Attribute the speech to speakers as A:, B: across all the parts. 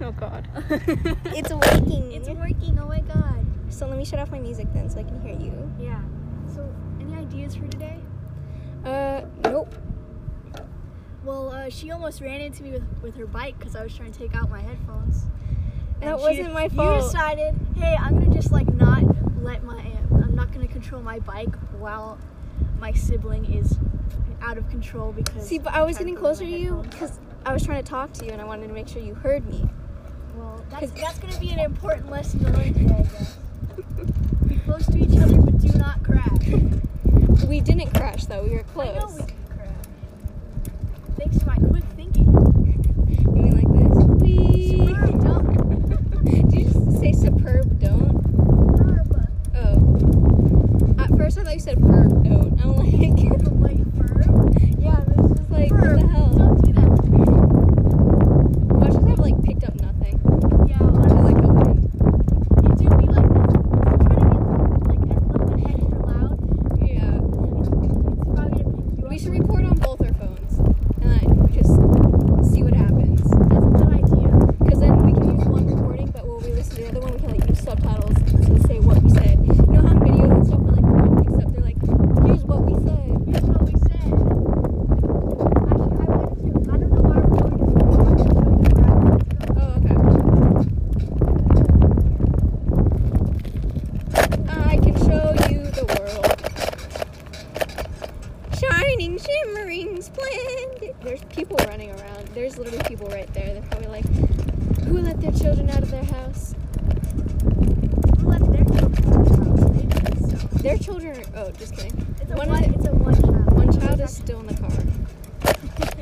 A: Oh god.
B: It's working.
C: It's working. Oh my god.
B: so let me shut off my music then so I can hear you.
C: Yeah. So, any ideas for today?
B: Uh, nope.
C: Well, uh, she almost ran into me with, with her bike because I was trying to take out my headphones.
B: That
C: she-
B: wasn't my fault.
C: You decided, hey, I'm gonna just like not let my, I'm not gonna control my bike while my sibling is out of control because.
B: See, but I was
C: I'm
B: getting
C: trying
B: closer
C: put
B: to
C: my
B: you
C: headphones.
B: because I was trying to talk to you and I wanted to make sure you heard me.
C: Well, that's that's gonna be an important lesson to learn today. I guess. Be close to each other, but do not crash.
B: We didn't crash though. We were
C: I know
B: close.
C: we can crash. Thanks to my quick thinking.
B: You mean like this? We.
C: Superb, dumb,
B: Did you just say superb? Don't.
C: herb.
B: Oh. At first I thought you said perb. Don't. I'm like,
C: The white herb.
B: yeah. This is like what the
C: Herb.
B: hell.
C: Don't do that.
B: Watch us have like picked up nothing.
C: Yeah, honestly,
B: Just like the wind.
C: it do be like that. Try to be like a little bit extra loud.
B: Yeah.
C: It's probably gonna pick you
B: We
C: up.
B: should record on both our phones and then just see what happens.
C: That's a good idea.
B: Because then we can use one recording, but when we listen to the other one, we can like use subtitles to say what we said. You know how in videos and stuff, when like the one picks up, they're like, "Here's what we said."
C: Here's what we said. Actually, I wanted to. I don't know why we're going to. I wanted to show you where I wanted to go.
B: Oh, okay. I can show you the world. Shining, shimmering, splendid. There's people running around. There's literally people right there. They're probably like, who let their children out of their house?
C: Who let their children out of the house? They did so.
B: Their children are, oh, just kidding.
C: It's a
B: One
C: one,
B: of
C: it's a one child.
B: One child is still in the car.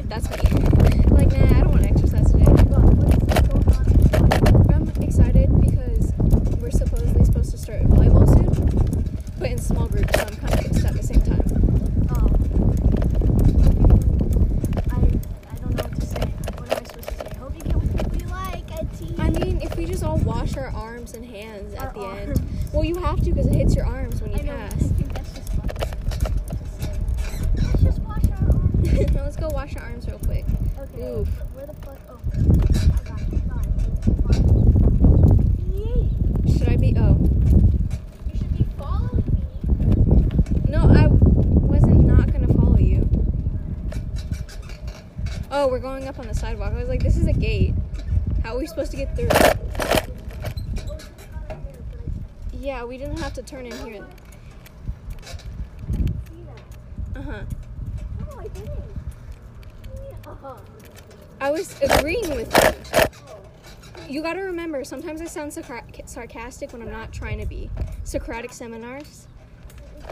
B: That's me. Like, nah, I don't want to exercise today. I'm excited because we're supposedly supposed to start volleyball soon, but in small groups, so I'm kind of pissed at the same time. I mean, if we just all wash our arms and hands at the end. Well, you have to because it hits your arms when you pass. now let's go wash our arms real quick. Oof. Should I be? Oh no, I wasn't not gonna follow you. Oh, we're going up on the sidewalk. I was like, this is a gate. How are we supposed to get through? Yeah, we didn't have to turn in here. Uh huh.
C: Uh-huh.
B: I was agreeing with you. You gotta remember, sometimes I sound sacra- sarcastic when I'm not trying to be. Socratic seminars.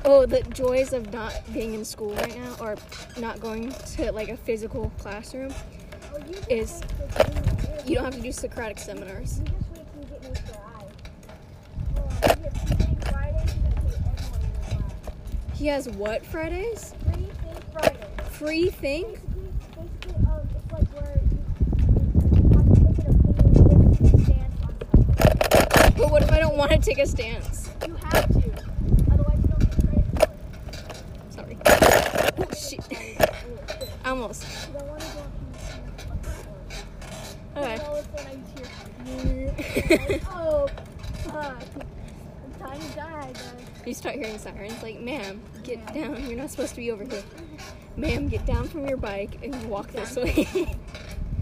B: Oh, the joys of not being in school right now, or not going to like a physical classroom.
C: Oh, you just
B: Is-
C: wait till June. You
B: You don't have to do Socratic seminars.
C: just wait till you get used to eyes. Well, I get three things Fridays, and I get everyone in the class.
B: He has what Fridays?
C: Three things Fridays.
B: Free think?
C: Basically, basically, um, it's like where you you have to take an opinion, you have to take a stance on something.
B: But what if I don't want to take a stance?
C: You have to, otherwise you don't get credit for
B: Sorry.
C: it.
B: Oh, shit. Almost.
C: You don't want to go up and use your fucking
B: Okay.
C: voice. All of a sudden I just hear, "Oh, fuck. It's time to die, guys."
B: You start hearing sirens, like, ma'am, get down. You're not supposed to be over here. Ma'am, get down from your bike and walk this way.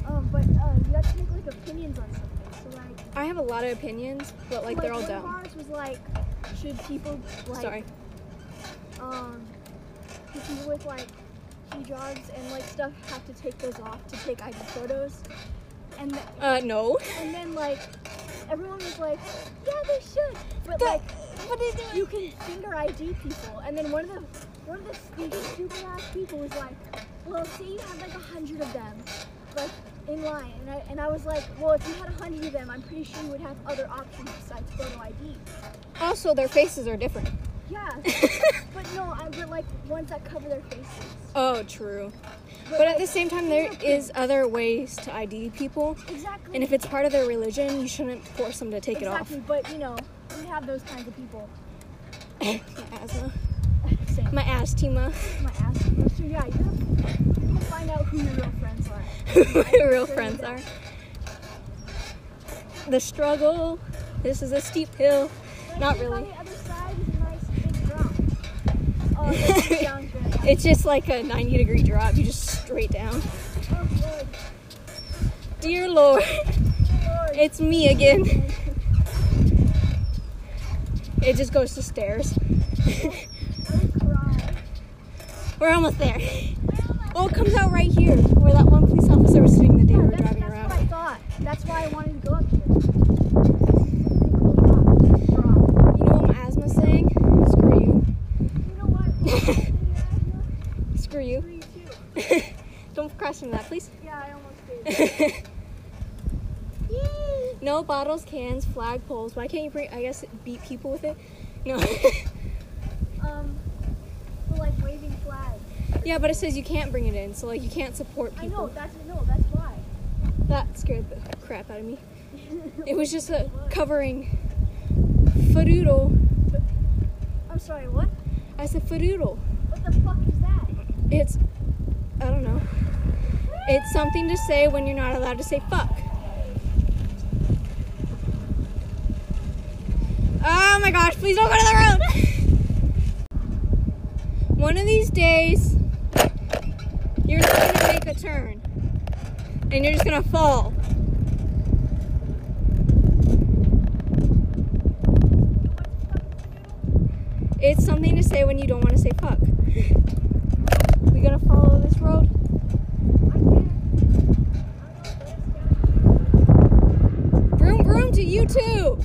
C: Um, but uh, you have to take like opinions on something. So like,
B: I have a lot of opinions, but like they're all
C: one of
B: dumb.
C: ours was like, should people like
B: Sorry.
C: um, if you with like hijabs and like stuff have to take those off to take ID photos, and th-
B: Uh, no.
C: and then like everyone was like, yeah, they should, but like
B: what is
C: you can finger ID people, and then one of the one of the stupid, stupid ass people was like, well, say you have like a hundred of them, like in line, and I and I was like, well, if you had a hundred of them, I'm pretty sure you would have other options besides photo ID.
B: Also, their faces are different.
C: Yeah, but no, I would like ones that cover their faces.
B: oh, true. But at the same time, there is other ways to ID people,
C: exactly.
B: and if it's part of their religion, you shouldn't force them to take it off.
C: exactly, but you know, we have those kinds of people.
B: my asthma.
C: Same.
B: My asthma.
C: My ass. So yeah, you're gonna, you're gonna find out who your real friends are.
B: Who my real friends are. the struggle. This is a steep hill.
C: But
B: Not
C: I think
B: really.
C: On the other side is a nice big drop. Oh, that sounds really nice.
B: It's just like a 90 degree drop. You just straight down.
C: Oh, Lord.
B: Dear Lord,
C: Lord.
B: it's me again. It just goes to stairs.
C: I would cry.
B: We're almost there. Oh, it comes out right here where that one police officer was sitting the day
C: Yeah,
B: we were
C: that's,
B: driving
C: that's what
B: around.
C: I thought. That's why I wanted to go up here. This is a pretty cool drop. Drop.
B: You know what my asthma's saying? Screw you.
C: You know what? Three,
B: Screw you.
C: two.
B: Don't cross into that, please.
C: Yeah, I almost did.
B: no bottles, cans, flagpoles. Why can't you bring? I guess beat people with it. No.
C: Um, we're like waving flags.
B: yeah, but it says you can't bring it in, so like you can't support people.
C: I know. That's no. That's why.
B: That scared the crap out of me. It was just a covering. Faroodle.
C: I'm sorry. What?
B: I said faroodle.
C: What the fuck is that?
B: It's, I don't know. It's something to say when you're not allowed to say fuck. Oh my gosh, please don't go to the road! One of these days, you're not gonna make a turn. And you're just gonna fall. It's something to say when you don't wanna say fuck. We gonna follow this road? Broom, broom to you too.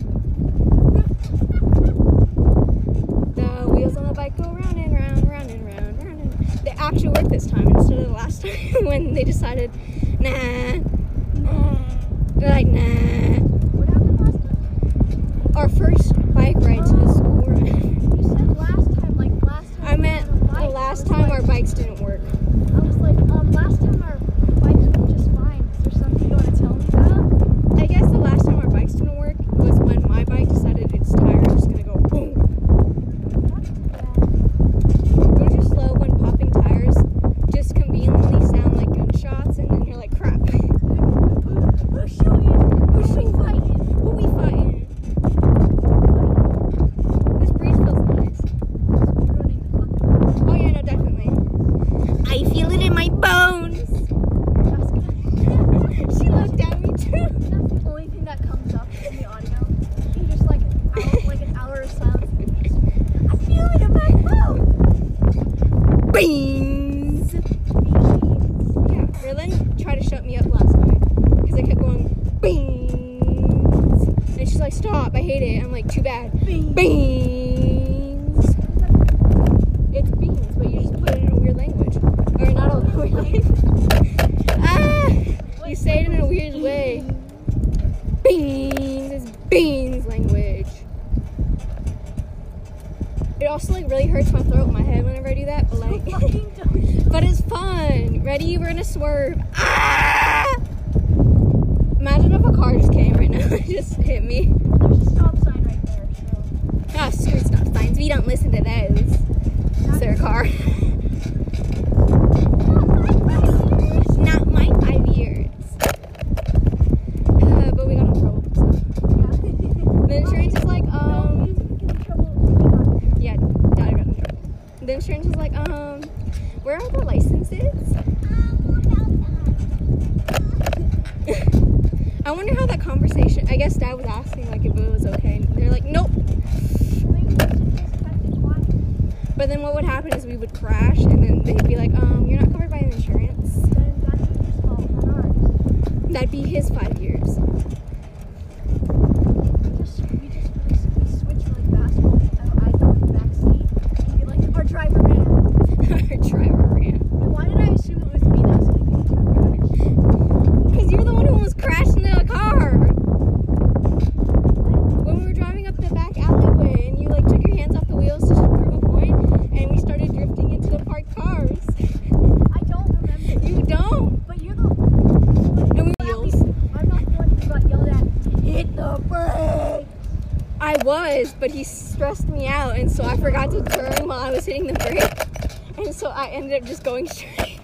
B: the wheels on the bike go round and round, round and round, round and round. They actually worked this time instead of the last time when they decided, nah, nah. They're like, nah.
C: What happened last time?
B: Our first bike ride to the school. run.
C: You said last time, like last time.
B: I
C: we
B: meant
C: went on a
B: the
C: bike.
B: last
C: I was
B: time our
C: like-
B: bikes didn't work.
C: I was like, um, last time our bikes were just fine. Is there something you want to tell me about?
B: I guess the last time our bikes didn't work was when my bike decided its tire was gonna go boom. Go too slow when popping tires just conveniently sound like gunshots, and then you're like, crap, who
C: We're shooting. We're shooting. Fighting.
B: we fighting? This breeze feels nice.
C: Ruining the fucking.
B: Oh, yeah, no, definitely. I feel it in my bones.
C: That's gonna.
B: She looked at me too.
C: That's the only thing that comes up in the audio. You just like an hour, like an hour of silence. and you just, I feel it in my bones.
B: Beans. Yeah, Rylan tried to shut me up last night because I kept going, beans. And she's like, stop, I hate it. I'm like, too bad. Beans. It's beans, but you just put it in a weird language. Or not a weird language. ah! You say it in a weird way. Beans is beans language. It also like really hurts my throat and my head whenever I do that, but like
C: Fucking dumb.
B: but it's fun. Ready? We're gonna swerve. Ah! Imagine if a car just came right now and just hit me.
C: There's a stop sign right there, so.
B: Ah, screw stop signs. We don't listen to those. Is there a car? Not my five years. Uh, but we got in trouble. So. The insurance is like, um, yeah, Dad got in trouble. The insurance is like, um, where are the licenses? I wonder how that conversation. I guess Dad was asking like if it was okay. And they're like, nope. But then what would happen is we would crash, and then they'd be like, um, you're not covered by the insurance. That'd be his five years.
C: Driver man.
B: Our driver ran.
C: Why did I assume it was me that was going to be the driver?
B: Cause you're the one who almost crashed into a car. When we were driving up the back alleyway, and you like took your hands off the wheels to prove a point, and we started drifting into the parked cars.
C: I don't remember.
B: You don't.
C: But you're the one.
B: And we wheels.
C: I'm not the one who got yelled at. Hit the brake.
B: I was, but he stressed me out, and so I forgot to turn while I was hitting the brake, and so I ended up just going straight.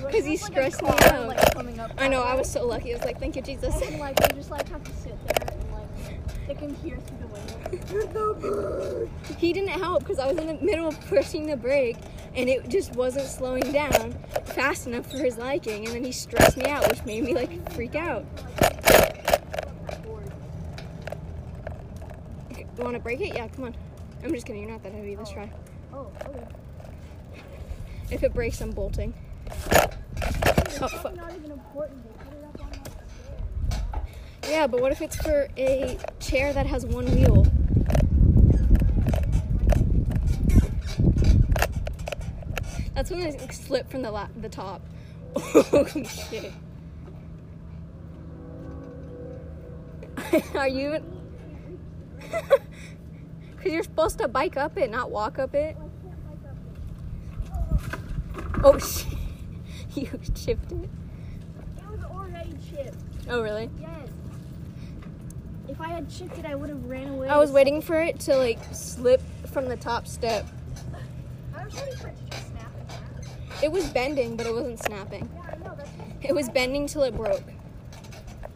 C: but
B: Because
C: it
B: he
C: was like a
B: stressed me
C: car,
B: out.
C: like, coming up
B: I know, I
C: behind
B: was so lucky. I was like, thank you, Jesus.
C: us, And like we just like have to sit there and like they can hear through the window. You're so good.
B: He didn't help because I was in the middle of pushing the brake and it just wasn't slowing down fast enough for his liking. And then he stressed me out, which made me like freak out. Okay, You want to break it? Yeah, come on. I'm just kidding. You're not that heavy. Let's try.
C: Oh, okay.
B: If it breaks, I'm bolting.
C: It's
B: Oh,
C: probably
B: fuck.
C: not even important. They put it up on like, the stairs.
B: Yeah, but what if it's for a chair that has one wheel? That's when it slipped from the la- the top. Oh shit! Are you? Cause you're supposed to bike up it, not walk up it.
C: I can't like up it.
B: Oh shit! You chipped it.
C: It was already chipped.
B: Oh really?
C: Yes. If I had chipped it, I would have ran away.
B: I was waiting for it to like slip from the top step.
C: I was waiting for it to just snap and snap.
B: It was bending, but it wasn't snapping.
C: Yeah, I know. That's what
B: It was bending till it broke.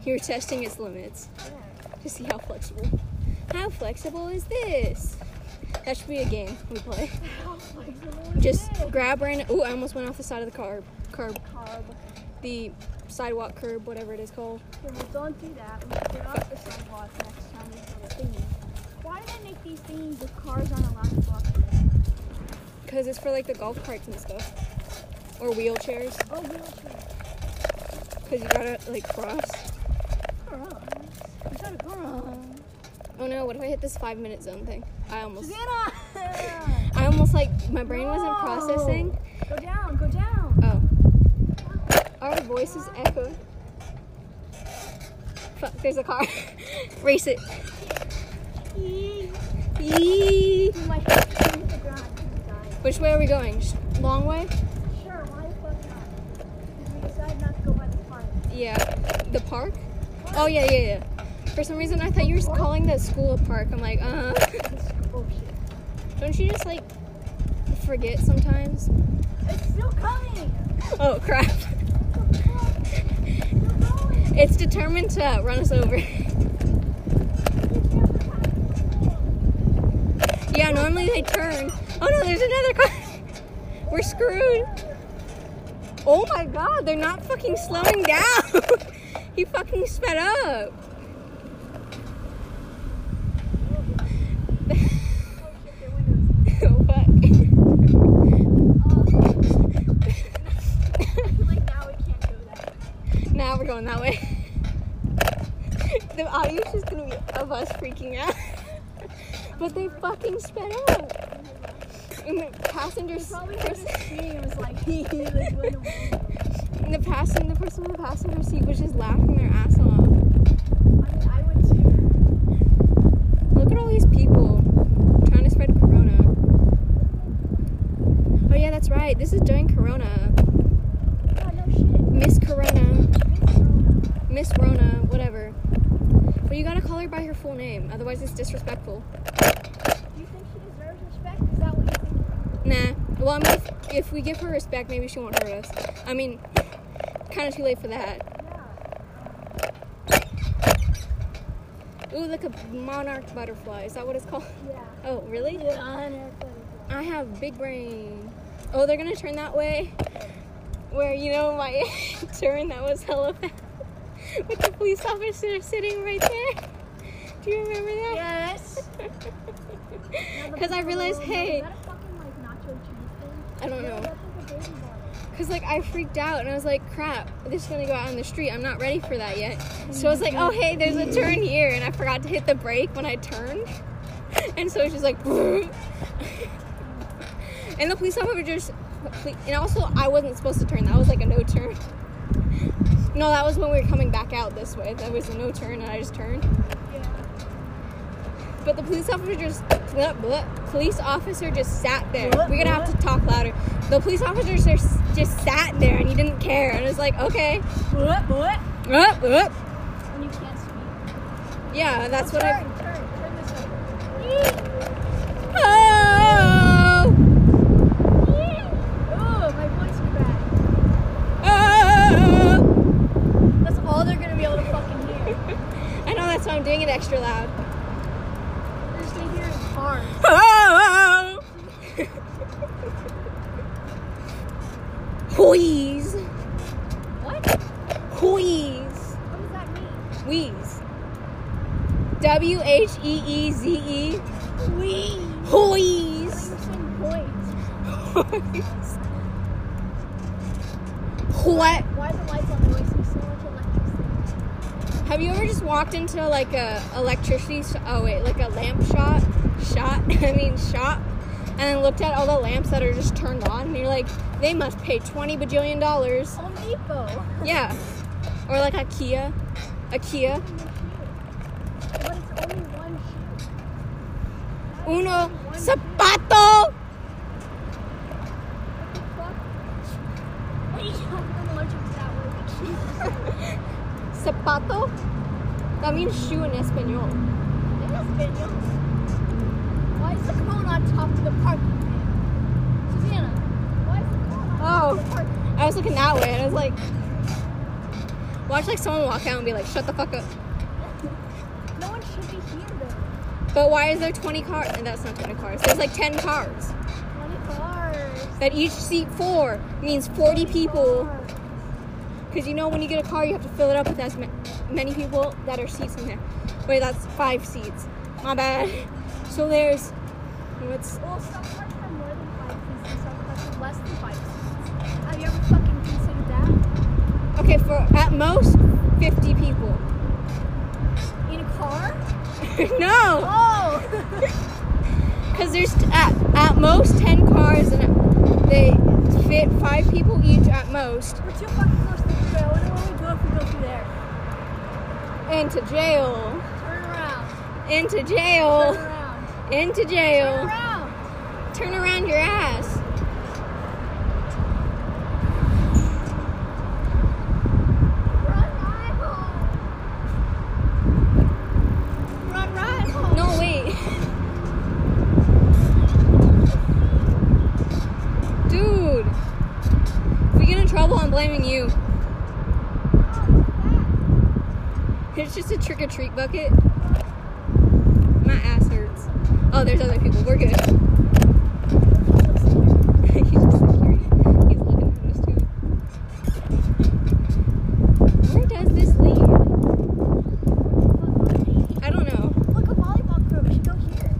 B: You were testing its limits
C: yeah.
B: to see how flexible. How flexible is this? That should be a game we play.
C: How flexible is
B: Just
C: it?
B: grab random. Ooh, I almost went off the side of the curb. Curb.
C: Carb.
B: The sidewalk curb, whatever it is called.
C: Okay, well, don't do that. We should get off the sidewalk next time we have a thingy. Why do they make these thingies if cars aren't allowed to walk through them?
B: Because it's for like the golf carts and stuff. Or wheelchairs.
C: Oh, wheelchair.
B: Because you gotta like cross.
C: Girl. Is that a girl?
B: Oh no, what if I hit this five minute zone thing? I almost.
C: Susanna!
B: I almost like. My brain wasn't
C: No.
B: processing.
C: go down, go down.
B: Oh. Our voices echo. Fuck, there's a car. Race it.
C: Eee.
B: Yee.
C: Do my head to the ground. I'm dying.
B: Which way are we going? Sh- Long way?
C: Sure, why the fuck not? Because we decided not to go by the park.
B: Yeah. The park? Oh, yeah, yeah, yeah. For some reason, I thought you were s- calling the school a park. I'm like, uh.
C: It's bullshit.
B: Don't you just, like, forget sometimes?
C: It's still coming!
B: Oh, crap.
C: What the fuck? We're going!
B: It's determined to run us over.
C: You can't go past the school.
B: Yeah, normally they turn. Oh no, there's another car. We're screwed. Oh my god, they're not fucking slowing down. he fucking sped up.
C: Oh shit, their windows.
B: oh fuck.
C: Uh, like now we can't go that way.
B: now we're going that way. the audience is gonna be of us freaking out. but they fucking sped up. And the passengers.
C: Probably heard a scream it was like, hee hee, like went away.
B: And the passing the person in the passenger seat was just laughing their ass off.
C: I mean, I would too.
B: Look at all these people trying to spread corona. Oh yeah, that's right. This is during corona.
C: Yeah, no shit.
B: Miss Corona,
C: Miss Rona.
B: Miss Rona, whatever. But you gotta call her by her full name, otherwise it's disrespectful.
C: Do you think she deserves respect? Is that what you think?
B: Nah. Well, I mean, if, if we give her respect, maybe she won't hurt us. I mean, kind of too late for that.
C: Yeah.
B: Ooh, look a monarch butterfly. Is that what it's called?
C: Yeah.
B: Oh, really?
C: Yeah, I know what it is.
B: I have big brain. Oh, they're gonna turn that way. Where you know my turn that was hella fast. With the police officer sitting right there. Do you remember that?
C: Yes.
B: Because I realized, hey,
C: Is that a fucking like nacho cheese thing?
B: I don't know.
C: that's like a baby bottle.
B: Because like I freaked out and I was like, crap, this is gonna go out on the street. I'm not ready for that yet. So I was like, oh hey, there's a turn here, and I forgot to hit the brake when I turned. And so it's just like, and the police officer just, and also I wasn't supposed to turn. That was like a no turn. No, that was when we were coming back out this way. That was a no turn, and I just turned.
C: Yeah.
B: But the police officer just blah, blah, police officer just sat there.
C: Blah,
B: We're gonna have to talk louder. The police officer just, just sat there and he didn't care. And it's like, okay,
C: What? What?
B: up, up.
C: And you can't speak.
B: Yeah, that's
C: turn,
B: what I.
C: Turn, Oh, turn this way.
B: Oh,
C: Oh, my voice is back.
B: oh, so I'm doing it extra loud.
C: Just stay here and hard.
B: Wheeze.
C: What?
B: Wheeze.
C: What does that mean?
B: Wheeze. W H E E Z E.
C: Wheeze. I thought you
B: Wheeze.
C: were saying point.
B: What?
C: Why are the lights on? They're wasting so much electricity.
B: Have you ever just walked into like a electricity? Sh- oh wait, like a lamp shop, shop. I mean shop, and then looked at all the lamps that are just turned on, and you're like, they must pay twenty bajillion dollars.
C: Home Depot.
B: Yeah, or like IKEA, IKEA.
C: But it's only one shoe. That is
B: Uno
C: only one shoe.
B: zapato.
C: What the fuck? What are you talking about? Allergic to that word. Jesus.
B: Zapato. That means shoe in Espanol.
C: It is video. Why is the cone on top of the parking thing? Susanna, why is the cone on top of
B: Oh.
C: the parking
B: I was looking that way, and I was like, watch like someone walk out and be like, shut the fuck up.
C: thing? No one should be here though.
B: But why is there twenty cars? And that's not twenty cars. There's like ten cars.
C: 20 cars.
B: that each seat four means 40 people
C: Cars.
B: because you know when you get a car you have to fill it up with as ma- many people that are seats in there wait that's five seats my bad so there's what's
C: Well, some cars have more than five pieces, and some cars have less than five pieces. Have you ever fucking considered that?
B: okay for at most 50 people
C: In a car?
B: no
C: Oh!
B: because there's t- at, at most 10 cars and they fit five people each at most
C: We're too fucking close to the trail. I wonder what we do if we go through there.
B: into jail
C: Turn around.
B: into
C: Turn
B: jail
C: around.
B: into
C: Turn
B: jail
C: around.
B: turn around your ass
C: Run, rival. Run, rival.
B: No, wait. Dude. If we get in trouble, I'm blaming you. It's just a trick or treat bucket. My ass hurts. Oh, there's other people. We're good. He's just security. He's looking at us too. Where does this lead? I don't know.
C: Look, a volleyball court. We should go here.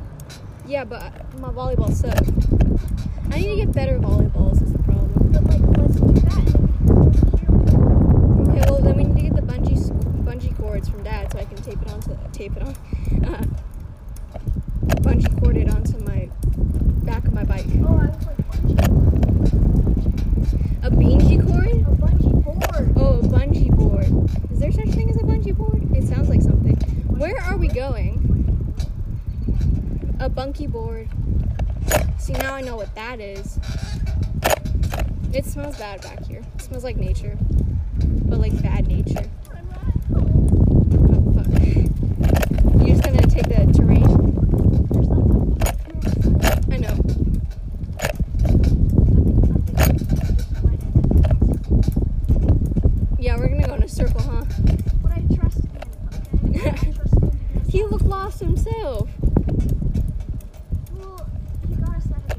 B: Yeah, but my volleyball sucks. I need to get better volleyballs. Is the problem?
C: But, like, let's do that.
B: Okay, well then we need to get the bungee s- bungee cords from Dad so I can tape it onto tape it on uh, bungee cord it onto my back of my bike.
C: Oh, I was like, bungee.
B: A bungee cord?
C: A bungee board.
B: Oh, a bungee board. Is there such thing as a bungee board? It sounds like something. Where are we going? A bunkie board. See, now I know what that is. It smells bad back here. It smells like nature, but like bad nature.
C: Run, rival.
B: Oh, fuck. You're just gonna take the terrain?
C: There's that one.
B: I know. Yeah, we're gonna go in a circle, huh?
C: What I trust in, okay? What I trust in.
B: He looked lost himself.
C: Well, he got us out of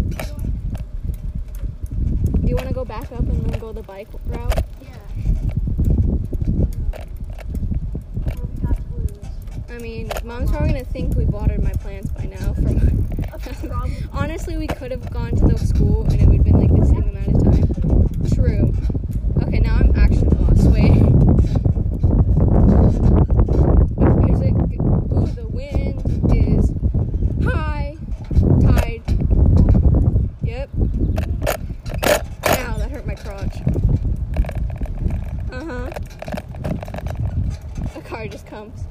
C: here.
B: Do you wanna go back up and then go the bike route?
C: Yeah. Where we got blues.
B: I mean, mom's probably gonna think we watered my plants by now. From
C: Probably.
B: honestly, we could have gone to the school and it would have been like the same amount of time. True. Okay, now I'm actually lost. Wait. Is it? Ooh, the wind is high tide. Yep. Ow, that hurt my crotch. Uh huh. A car just comes.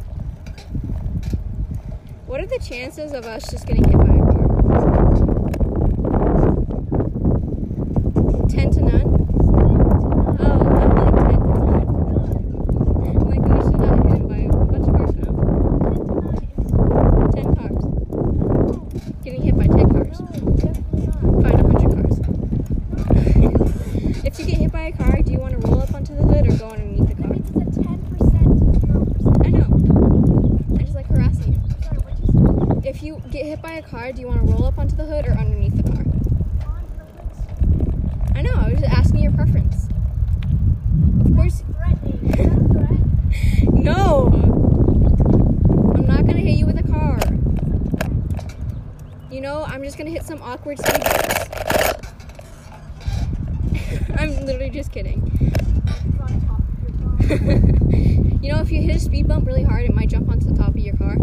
B: What are the chances of us just getting hit by a car? Ten to none. Oh, I'm like ten to none. I'm Oh, like we should not get hit by a bunch of cars now. Ten cars. Getting hit by ten cars. Find a hundred cars. if you get hit by a car, do you want to roll up onto the hood or go underneath the car? hit by a car, do you want to roll up onto the hood or underneath the car?
C: On the hood,
B: I know, I was just asking your preference. Of course,
C: threatening. Is that a threat?
B: no! I'm not gonna hit you with a car. You know, I'm just gonna hit some awkward stages. I'm literally just kidding.
C: It's on top of your car.
B: You know, if you hit a speed bump really hard, it might jump onto the top of your car.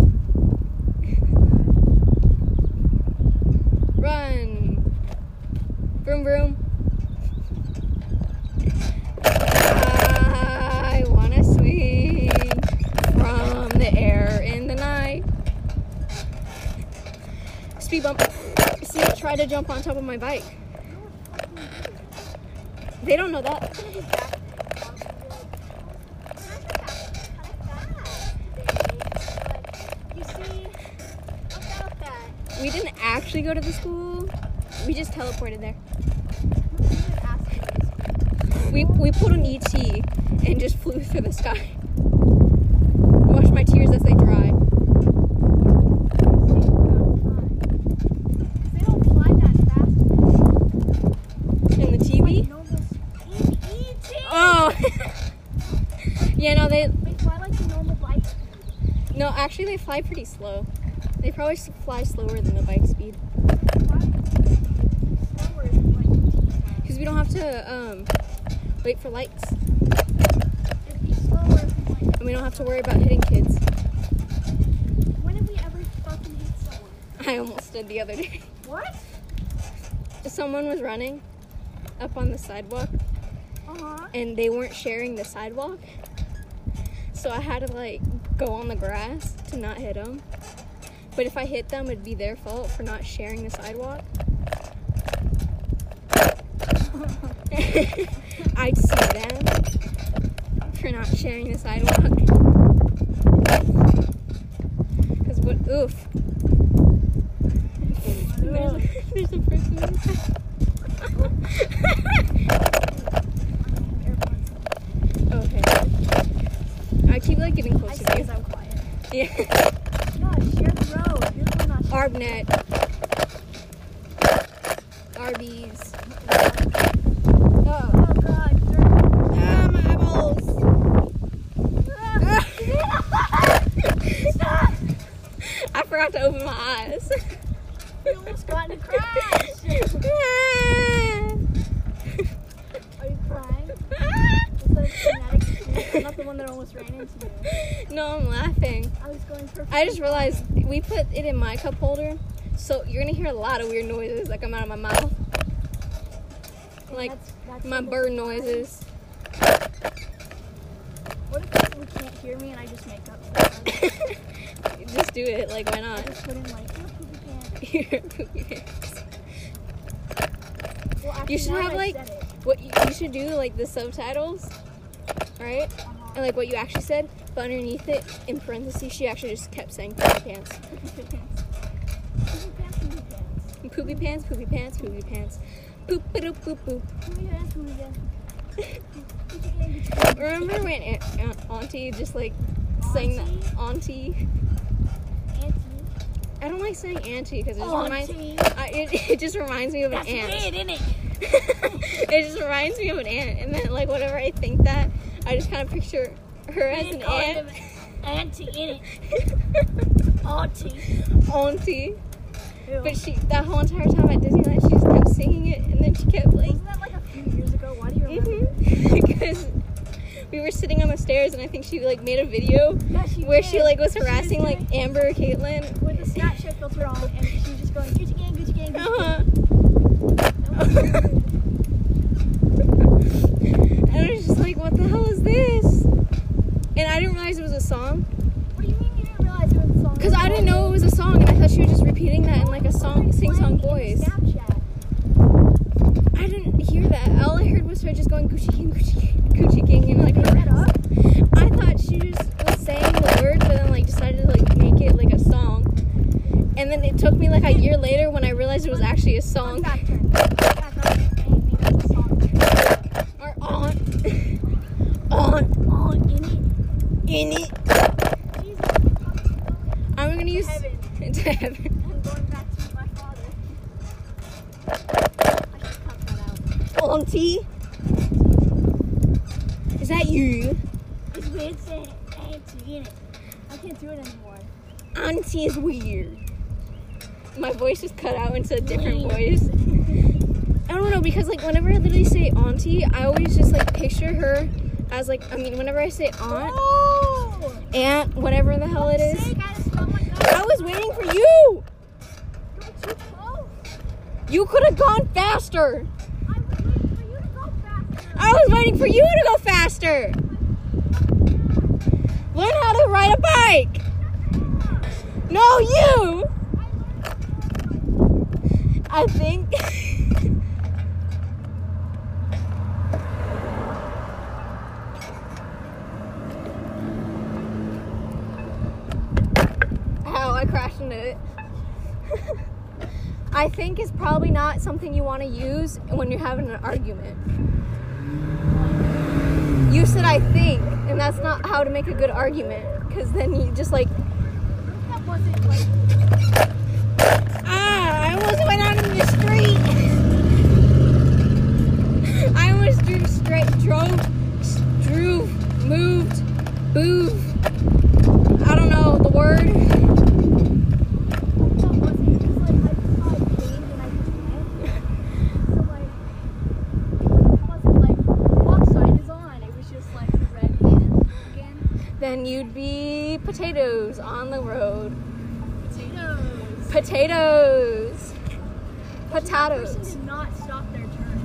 B: Run! Vroom vroom. I wanna swing from the air in the night. Speed bump. See, try to jump on top of my bike. They don't know that. We didn't actually go to the school. We just teleported there. We, we put an ET and just flew through the sky. Wash my tears as they dry. And the TV? Oh! yeah, no, they. No, actually, they fly pretty slow. They probably s- fly slower than the bike speed. Because we don't have to um, wait for lights. And we don't have to worry about hitting kids. I almost did the other day.
C: What?
B: Someone was running up on the sidewalk
C: Uh-huh.
B: and they weren't sharing the sidewalk. So I had to like go on the grass to not hit them. But if I hit them, it'd be their fault for not sharing the sidewalk. I'd sue them for not sharing the sidewalk. Cause what? Oof. There's a, there's a person. inside. okay. I keep like getting
C: I
B: close
C: see
B: to you.
C: as I'm quiet.
B: Yeah.
C: No, share the road. You're the one not sharing.
B: Arbnet. Arby's. Oh.
C: Oh god, you're
B: Ah, my eyeballs.
C: Ah. Stop!
B: I forgot to open my eyes.
C: You almost got in a crash! Are you crying? It's like kinetic experience. I'm not the one that almost ran into you.
B: no, I'm laughing.
C: I was going for
B: I just realized we put it in my cup holder, so you're gonna hear a lot of weird noises that come out of my mouth.
C: and
B: Like
C: that's- that's
B: my
C: almost-
B: bird noises.
C: What if people can't hear me and I just make up stuff?
B: just do it, like why
C: I
B: not?
C: just put in like, oh, poopy pants. Well, actually,
B: should
C: now
B: have,
C: I
B: like-
C: said it.
B: what you, you should do, like the subtitles, right?
C: Uh-huh.
B: And like what you actually said, but underneath it, in parentheses, she actually just kept saying poopy pants,
C: Poopy pants. Poopy pants, poopy pants.
B: poopy pants, poopy pants, poopy pants, poop poop poop poop.
C: Poopy pants, poopy pants. Poopy pants.
B: Remember when Aunt, Aunt, Auntie just like sang that Auntie?
C: Auntie.
B: I don't like saying Auntie because it just reminds
C: Auntie.
B: I, it, it just reminds me of an ant.
C: isn't it?
B: it just reminds me of an ant, and then like whenever I think that, I just kind of picture her as an ant.
C: Auntie in it. Auntie.
B: Auntie. But she, that whole entire time at Disneyland, she just kept singing it, and then she kept like,
C: wasn't that like a few years ago? Why do you remember? Mm-hmm.
B: because we were sitting on the stairs, and I think she like made a video
C: Yeah, she
B: Mm-hmm. where she
C: did.
B: like was
C: was
B: harassing like
C: doing-
B: Amber or Caitlyn.
C: with the Snapchat filter on, and she was just going Gucci gang, Gucci gang, Gucci
B: Uh-huh.
C: gang.
B: And I was just like, what the hell is this? And I didn't realize it was a song
C: What do you mean you didn't realize it was a song?
B: because I didn't know it was a song, and I thought she was just repeating that in like a song, sing-song
C: Playing in
B: voice.
C: Snapchat.
B: I didn't hear that. All I heard was her just going Gucci King, Gucci King, Gucci King, and like
C: Make that
B: her-
C: up?
B: I thought she just was saying the words, but then like decided to like make it like a song. And then it took me like a year later when I realized it was actually a
C: Fun
B: song.
C: fact check. Fun fact, I don't think anything that's a song.
B: Or on, on
C: Oh, in it.
B: in it.
C: Jesus, I'm going
B: I'm gonna
C: to
B: use
C: heaven.
B: to heaven.
C: I'm going back
B: auntie. Is that you?
C: It's weird saying auntie in it. I can't do it anymore.
B: Auntie is weird. My voice was cut out into a different voice. I don't know because like whenever I literally say auntie, I always just like picture her as like I mean whenever I say aunt,
C: Oh!
B: aunt, whatever the hell it is.
C: Sick, I just felt oh my
B: I
C: God.
B: was waiting for you.
C: You're too close.
B: You could have gone faster.
C: I was waiting for you
B: I was waiting for you
C: to go faster.
B: to go faster. Learn how to ride a bike. No, you. I think. Ow, I crashed into it. I think is probably not something you want to use when you're having an argument. You said I think, and that's not how to make a good argument because then you just like,
C: That wasn't like.
B: ah, I almost went out in the street. I almost drew straight, drove, s- drew, moved, boov. I don't know the word.
C: That wasn't. It was like I just saw it change and I just went. So like. It wasn't like. Walk sign is on. It was just like the red hand again.
B: Then you'd be potatoes on the road.
C: Potatoes.
B: Potatoes.
C: Person
B: Potatoes.
C: did not stop their turn.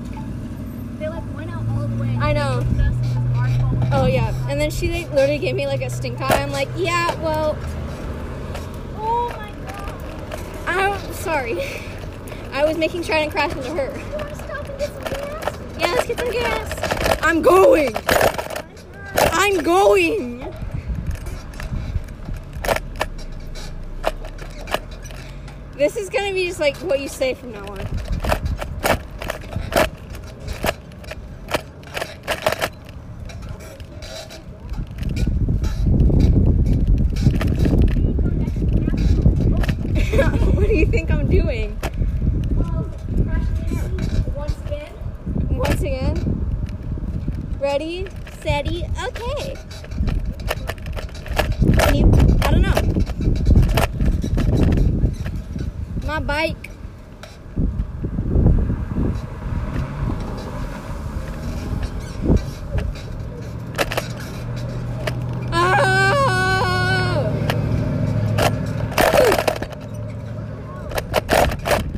C: They like went out all the way.
B: I know.
C: Us, it was our fault.
B: Oh yeah. And then she like, literally gave me like a stink eye. I'm like, yeah, well,
C: Oh my god.
B: I'm sorry. I was making try and crash into her.
C: You want to stop and get some gas?
B: Yeah, let's get some gas. I'm going. I'm going. This is gonna be just like what you say from now on.
C: You go next to the gas station. Oh,
B: what do you think I'm doing?
C: Well, crashing into once again.
B: Once again. Ready, steady, okay. Can you, I don't know. My bike. Oh!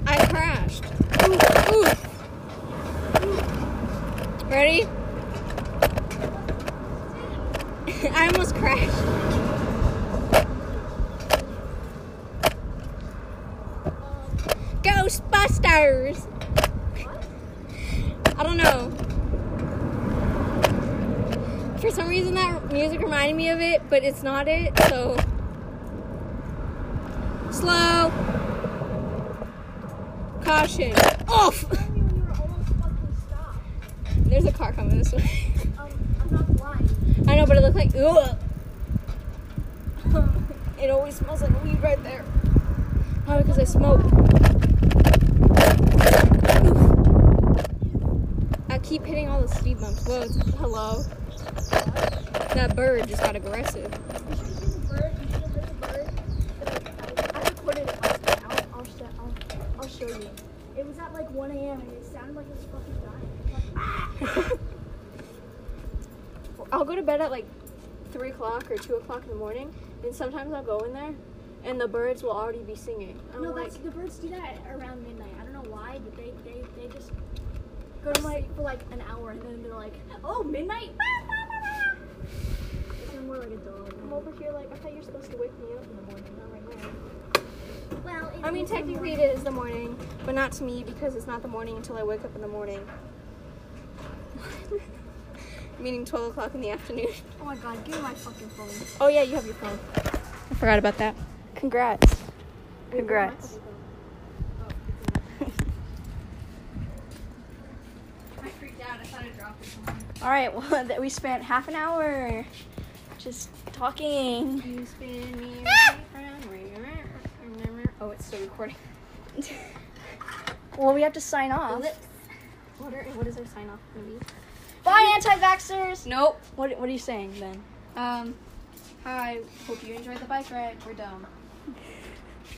B: I crashed. Ooh, ooh. Ready? I almost crashed. Ghostbusters! I don't know. For some reason, that music reminded me of it, but it's not it, so. Slow. Caution. Off!
C: Tell me when you were almost fucking stopped.
B: There's a car coming this way.
C: Um, I'm not blind.
B: I know, but it looked like ugh. it always smells like weed right there. Probably because I smoke. I keep hitting all the speed bumps. Whoa, it's- hello. That bird just got aggressive.
C: You should have been a bird. You should have been a bird. But I, I recorded it last night. I'll, I'll, sh- I'll, I'll show you. It was at like 1 a.m. and it sounded like it was fucking dying. Like,
B: I'll go to bed at like three o'clock or two o'clock in the morning, and sometimes I'll go in there, and the birds will already be singing. I'm
C: No,
B: like,
C: that's the birds do that around midnight. I don't know why, but they they, they just go to like for like an hour and then they're like, oh midnight. They sound more like a dog.
B: I'm over here like I thought you're supposed to wake me up in the morning, not right now.
C: Well, it
B: I mean,
C: is the
B: technically
C: morning.
B: it is the morning, but not to me because it's not the morning until I wake up in the morning. Meaning 12 o'clock in the afternoon.
C: Oh my god, give me my fucking phone.
B: Oh, yeah, you have your phone. I forgot about that. Congrats. Congrats. I freaked out. I thought I dropped it. All right, well, that we spent half an hour just talking. You spin me around, ring around. Oh, it's still recording.
A: Well, we have to sign off.
B: Lips. What, are, what is our sign off going to
C: Bye, anti-vaxxers.
B: be? Nope.
C: What What are you saying then?
B: Um, hi. Hope you enjoyed the bike ride. We're dumb.